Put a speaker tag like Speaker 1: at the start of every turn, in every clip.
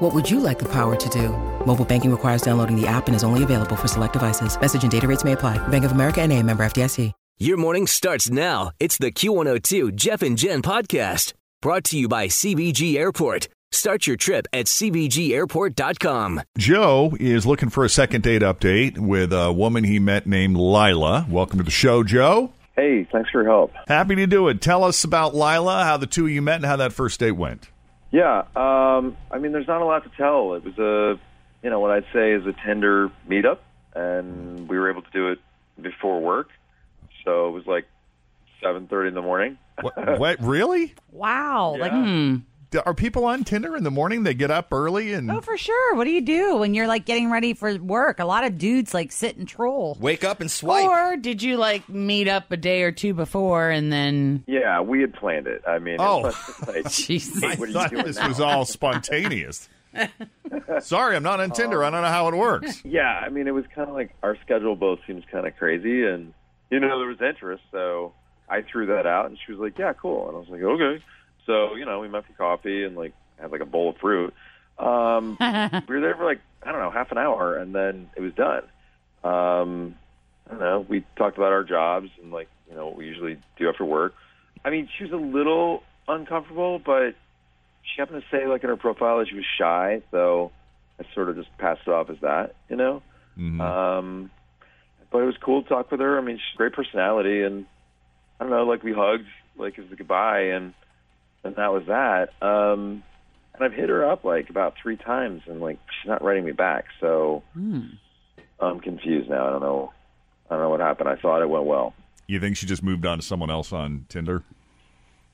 Speaker 1: What would you like the power to do? Mobile banking requires downloading the app and is only available for select devices. Message and data rates may apply. Bank of America and a member FDIC.
Speaker 2: Your morning starts now. It's the Q102 Jeff and Jen podcast brought to you by CBG Airport. Start your trip at CBGAirport.com.
Speaker 3: Joe is looking for a second date update with a woman he met named Lila. Welcome to the show, Joe.
Speaker 4: Hey, thanks for your help.
Speaker 3: Happy to do it. Tell us about Lila, how the two of you met, and how that first date went.
Speaker 4: Yeah, um, I mean, there's not a lot to tell. It was a, you know, what I'd say is a Tinder meetup, and we were able to do it before work, so it was like 7:30 in the morning.
Speaker 3: What, what really?
Speaker 5: Wow. Like,
Speaker 3: D- Are people on Tinder in the morning? They get up early and
Speaker 5: oh, for sure. What do you do when you're like getting ready for work? A lot of dudes like sit and troll.
Speaker 6: Wake up and swipe.
Speaker 7: Or did you like meet up a day or two before and then
Speaker 4: Yeah, we had planned it. I mean, it
Speaker 3: Oh.
Speaker 4: was like,
Speaker 7: Jeez.
Speaker 4: hey, what are you
Speaker 3: thought
Speaker 4: doing
Speaker 3: this
Speaker 4: now?
Speaker 3: was all spontaneous. Sorry, I'm not on Tinder. I don't know how it works.
Speaker 4: yeah, I mean, it was kind of like our schedule both seems kind of crazy, and you know there was interest, so I threw that out, and she was like, "Yeah, cool," and I was like, "Okay." So you know, we met for coffee and like had like a bowl of fruit. Um, we were there for like I don't know half an hour, and then it was done. Um, I don't know. We talked about our jobs and like you know what we usually do after work. I mean, she was a little uncomfortable, but she happened to say like in her profile that she was shy, so I sort of just passed it off as that, you know. Um, but it was cool to talk with her. I mean, she's a great personality, and I don't know, like we hugged like as a goodbye, and and that was that. Um, and I've hit her up like about three times, and like she's not writing me back, so I'm confused now. I don't know, I don't know what happened. I thought it went well.
Speaker 3: You think she just moved on to someone else on Tinder?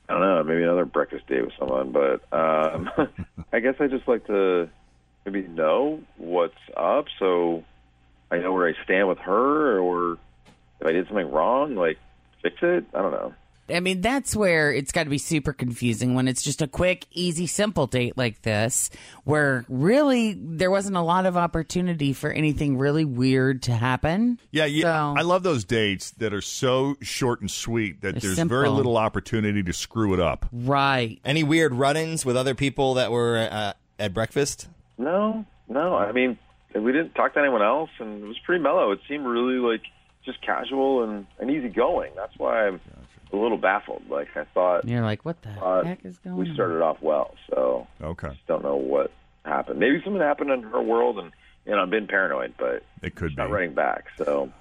Speaker 4: I don't know, maybe another breakfast date with someone, but um, I guess I just like to maybe know what's up so I know where I stand with her or if I did something wrong, like fix it. I don't know.
Speaker 7: I mean, that's where it's got to be super confusing when it's just a quick, easy, simple date like this, where really there wasn't a lot of opportunity for anything really weird to happen.
Speaker 3: Yeah, yeah.
Speaker 7: So-
Speaker 3: I love those dates that are so short and sweet that
Speaker 7: They're
Speaker 3: there's very
Speaker 7: simple.
Speaker 3: little opportunity to screw it up.
Speaker 7: Right.
Speaker 6: Any weird run-ins with other people that were uh, at breakfast?
Speaker 4: No, no. I mean, we didn't talk to anyone else, and it was pretty mellow. It seemed really like just casual and, and easygoing. That's why I'm a little baffled. Like I thought
Speaker 7: And you're like, what the
Speaker 4: uh,
Speaker 7: heck is going
Speaker 4: we
Speaker 7: on?
Speaker 4: started off well, so
Speaker 3: Okay,
Speaker 4: just don't know what happened. Maybe something happened in her world, and you know, I've been paranoid, but
Speaker 3: it could be.
Speaker 4: not running back. So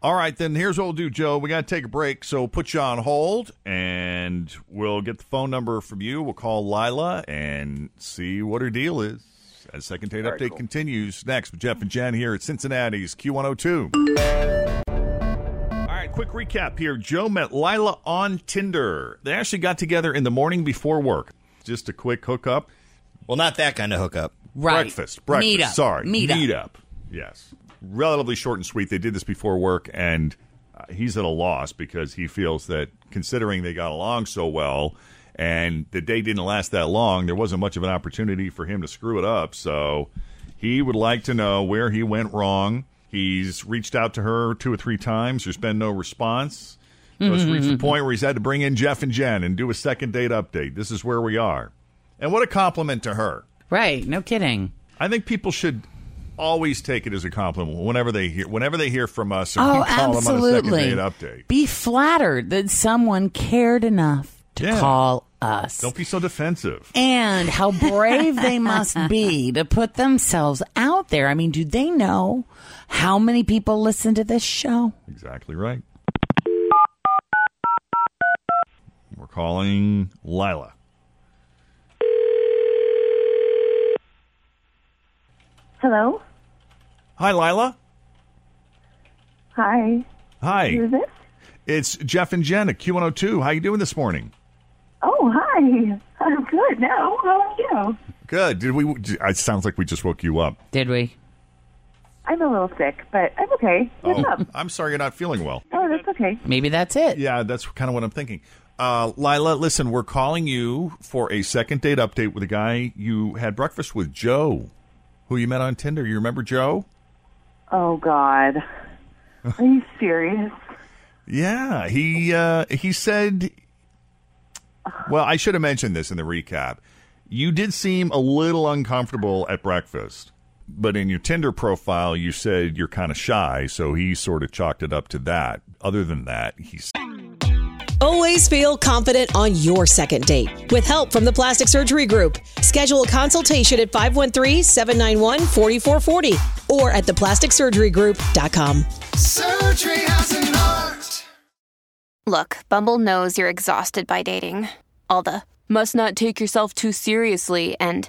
Speaker 3: All right, then here's what we'll do, Joe. We got to take a break, so we'll put you on hold, and we'll get the phone number from you. We'll call Lila and see what her deal is. As second date
Speaker 4: All right,
Speaker 3: update
Speaker 4: cool.
Speaker 3: continues next with Jeff and Jen here at Cincinnati's Q102. All right, quick recap here. Joe met Lila on Tinder. They actually got together in the morning before work. Just a quick hookup.
Speaker 6: Well, not that kind of hookup.
Speaker 7: right.
Speaker 3: Breakfast. Breakfast.
Speaker 7: Meet up.
Speaker 3: Sorry.
Speaker 7: Meet up.
Speaker 3: Yes. Relatively short and sweet. They did this before work, and uh, he's at a loss because he feels that considering they got along so well and the day didn't last that long, there wasn't much of an opportunity for him to screw it up. So he would like to know where he went wrong. He's reached out to her two or three times. There's been no response. So it's reached the point where he's had to bring in Jeff and Jen and do a second date update. This is where we are. And what a compliment to her.
Speaker 7: Right. No kidding.
Speaker 3: I think people should always take it as a compliment whenever they hear whenever they hear from us. Or
Speaker 7: Oh,
Speaker 3: we call
Speaker 7: absolutely.
Speaker 3: them on a second date update.
Speaker 7: Be flattered that someone cared enough to
Speaker 3: Yeah.
Speaker 7: call us.
Speaker 3: Don't be so defensive.
Speaker 7: and how brave they must be to put themselves out there. I mean, do they know how many people listen to this show?
Speaker 3: Exactly right. calling Lila.
Speaker 8: Hello.
Speaker 3: Hi, Lila.
Speaker 8: Hi.
Speaker 3: Hi.
Speaker 8: Who's this?
Speaker 3: It's Jeff and Jen at Q102. How you doing this morning?
Speaker 8: Oh, hi. I'm good now. How are you?
Speaker 3: Good. Did we? It sounds like we just woke you up.
Speaker 7: Did we?
Speaker 8: I'm a little sick, but I'm okay. What's up?
Speaker 3: Oh, I'm sorry you're not feeling well.
Speaker 8: Oh, that's okay.
Speaker 7: Maybe that's it.
Speaker 3: Yeah, that's kind of what I'm thinking. Uh, Lila, listen, we're calling you for a second date update with a guy you had breakfast with, Joe, who you met on Tinder. You remember Joe?
Speaker 8: Oh, God. Are you serious?
Speaker 3: Yeah, he uh, he said. Well, I should have mentioned this in the recap. You did seem a little uncomfortable at breakfast, but in your Tinder profile, you said you're kind of shy, so he sort of chalked it up to that. Other than that, he's
Speaker 9: Always feel confident on your second date. With help from the Plastic Surgery Group, schedule a consultation at 513 791 4440 or at theplasticsurgerygroup.com.
Speaker 10: Surgery has an art.
Speaker 11: Look, Bumble knows you're exhausted by dating. All the must not take yourself too seriously and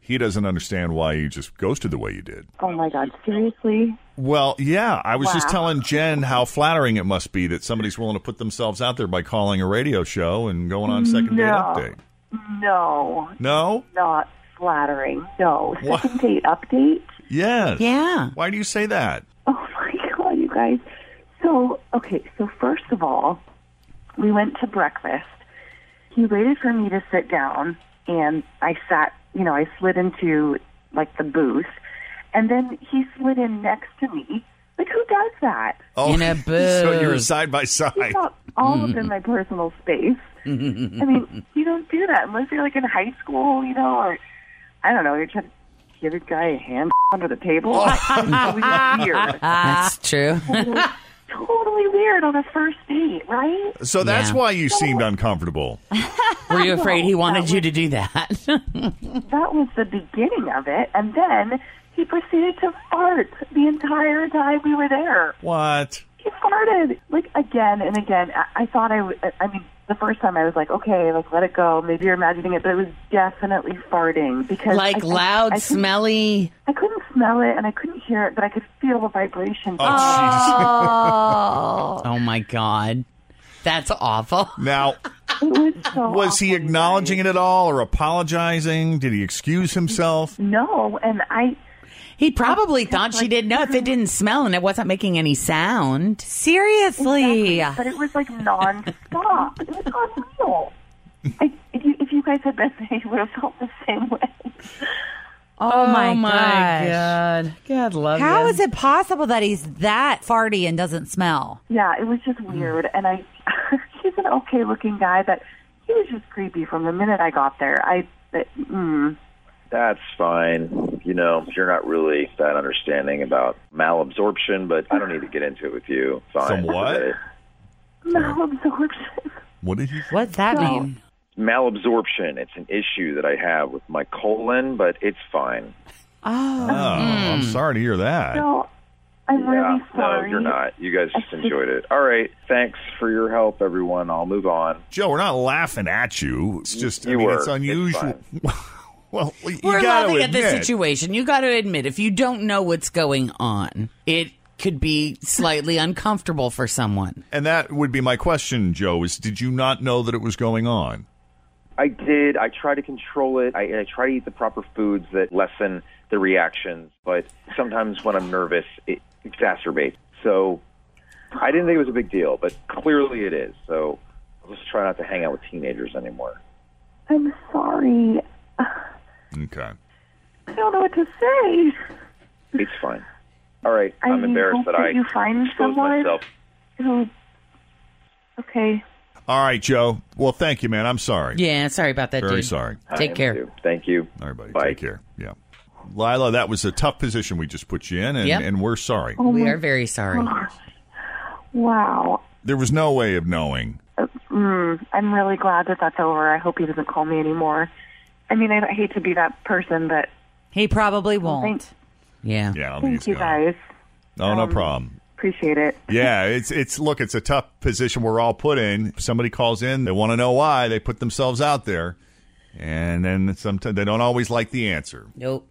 Speaker 3: he doesn't understand why you just ghosted the way you did.
Speaker 8: Oh, my God. Seriously?
Speaker 3: Well, yeah, I was just
Speaker 8: Wow.
Speaker 3: telling Jen how flattering it must be that somebody's willing to put themselves out there by calling a radio show and going on second date
Speaker 8: No.
Speaker 3: update.
Speaker 8: No.
Speaker 3: No?
Speaker 8: Not flattering. No.
Speaker 3: What?
Speaker 8: Second date update?
Speaker 3: Yes.
Speaker 7: Yeah.
Speaker 3: Why do you say that?
Speaker 8: Oh my god, you guys. So, okay, so first of all, we went to breakfast. He waited for me to sit down and I sat, you know, I slid into like the booth and then he slid in next to me. Like who does that?
Speaker 3: Oh,
Speaker 7: In a
Speaker 3: so you were
Speaker 7: booth.
Speaker 3: side by
Speaker 8: He's
Speaker 3: side.
Speaker 8: not all up in my personal space. I mean, you don't do that unless you're like in high school, you know, or I don't know, you're trying to give a guy a hand under the table. It's weird.
Speaker 7: That's true.
Speaker 8: totally weird on a first date, right?
Speaker 3: So that's
Speaker 7: Yeah.
Speaker 3: why you seemed uncomfortable.
Speaker 7: Were you afraid he wanted you to do that?
Speaker 8: That was the beginning of it, and then he proceeded to fart the entire time we were there.
Speaker 3: What?
Speaker 8: He farted like again and again. I, I thought I, w- I mean, the first time I was like, okay, like let it go. Maybe you're imagining it, but it was definitely farting because I-
Speaker 7: like
Speaker 8: I-
Speaker 7: loud,
Speaker 8: I, couldn't-
Speaker 7: smelly.
Speaker 8: I couldn't smell it and I couldn't hear it, but I could feel the vibration.
Speaker 3: Oh, Jesus.
Speaker 5: Oh.
Speaker 7: Oh my god, that's awful.
Speaker 3: Now,
Speaker 8: it was so.
Speaker 3: was he
Speaker 8: awful, you guys.
Speaker 3: acknowledging it at all or apologizing? Did he excuse himself?
Speaker 8: No, and I.
Speaker 7: He probably thought she didn't know if
Speaker 5: mm.
Speaker 7: it didn't smell and it wasn't making any sound.
Speaker 5: Seriously.
Speaker 8: But it was like nonstop. it was unreal. I, if, you, if you guys had been there, you would have felt the same way.
Speaker 5: Oh, my, gosh.
Speaker 7: god, God love
Speaker 5: How
Speaker 7: you.
Speaker 5: is it possible that he's that farty and doesn't smell?
Speaker 8: Yeah, it was just
Speaker 4: Hmm.
Speaker 8: weird. And I, he's an okay-looking guy, but he was just creepy from the minute I got there. I, it, mm,
Speaker 4: That's fine. You know, you're not really that understanding about malabsorption, but I don't need to get into it with you. Fine.
Speaker 3: Some what?
Speaker 4: Forget it.
Speaker 8: malabsorption.
Speaker 3: What did he?
Speaker 5: What's that
Speaker 8: No.
Speaker 5: mean?
Speaker 4: Malabsorption. It's an issue that I have with my colon, but it's fine.
Speaker 3: Oh, I'm
Speaker 7: Hmm.
Speaker 3: sorry to hear that.
Speaker 8: So I'm really
Speaker 4: no,
Speaker 8: sorry.
Speaker 4: you're not. You guys just enjoyed it. All right. Thanks for your help, everyone. I'll move on.
Speaker 3: Joe, we're not laughing at you. It's just, I
Speaker 4: you
Speaker 3: mean,
Speaker 4: were.
Speaker 3: it's
Speaker 4: It's
Speaker 3: unusual. well, you
Speaker 7: We're
Speaker 3: gotta
Speaker 7: laughing at
Speaker 3: admit,
Speaker 7: the situation. You got to admit, if you don't know what's going on, it could be slightly uncomfortable for someone.
Speaker 3: and that would be my question, Joe. Is did you not know that it was going on?
Speaker 4: I did. I try to control it. I, I try to eat the proper foods that lessen the reactions, but sometimes when I'm nervous, it exacerbates. So I didn't think it was a big deal, but clearly it is. So I'll just try not to hang out with teenagers anymore.
Speaker 8: I'm sorry.
Speaker 3: Okay.
Speaker 8: I don't know what to say.
Speaker 4: It's fine. All right.
Speaker 8: I
Speaker 4: I'm
Speaker 8: hope
Speaker 4: embarrassed that
Speaker 8: that
Speaker 4: I
Speaker 8: you find
Speaker 4: exposed
Speaker 8: someone.
Speaker 4: myself.
Speaker 8: Who- Okay.
Speaker 3: All right, Joe. Well, thank you, man. I'm sorry.
Speaker 7: Yeah, sorry about that.
Speaker 3: Very
Speaker 7: dude.
Speaker 3: sorry.
Speaker 4: I
Speaker 7: Take
Speaker 4: am
Speaker 7: care.
Speaker 4: too. Thank you.
Speaker 3: All right, buddy.
Speaker 4: Bye.
Speaker 3: Take care. Yeah. Lila, that was a tough position we just put you in, and,
Speaker 1: Yep.
Speaker 3: and we're sorry.
Speaker 8: Oh
Speaker 1: we
Speaker 8: my
Speaker 1: are very sorry.
Speaker 8: Wow.
Speaker 3: There was no way of knowing.
Speaker 8: Mm, I'm really glad that that's over. I hope he doesn't call me anymore. I mean, I hate to be that person, but
Speaker 12: he probably won't.
Speaker 1: Yeah.
Speaker 3: Yeah, I don't think
Speaker 8: Thank
Speaker 3: he's
Speaker 8: you
Speaker 3: gonna.
Speaker 8: guys.
Speaker 3: Oh, No, no problem.
Speaker 8: Appreciate it.
Speaker 3: Yeah, it's it's look, it's a tough position we're all put in. Somebody calls in, they want to know why they put themselves out there, and then sometimes they don't always like the answer.
Speaker 1: Nope.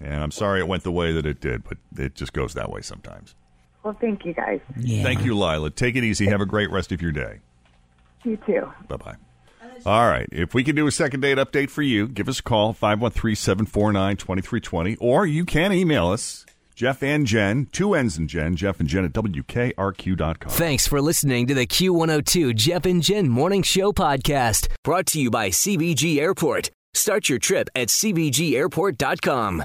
Speaker 3: And I'm sorry it went the way that it did, but it just goes that way sometimes.
Speaker 8: Well, thank you guys.
Speaker 3: Thank you, Lila. Take it easy. Have a great rest of your day.
Speaker 8: You too.
Speaker 3: Bye bye. All right. If we can do a second date update for you, give us a call, 513 749 2320, or you can email us, Jeff and Jen, two N's and Jen, Jeff and Jen at WKRQ.com.
Speaker 2: Thanks for listening to the Q102 Jeff and Jen Morning Show podcast, brought to you by CBG Airport. Start your trip at CBGAirport.com.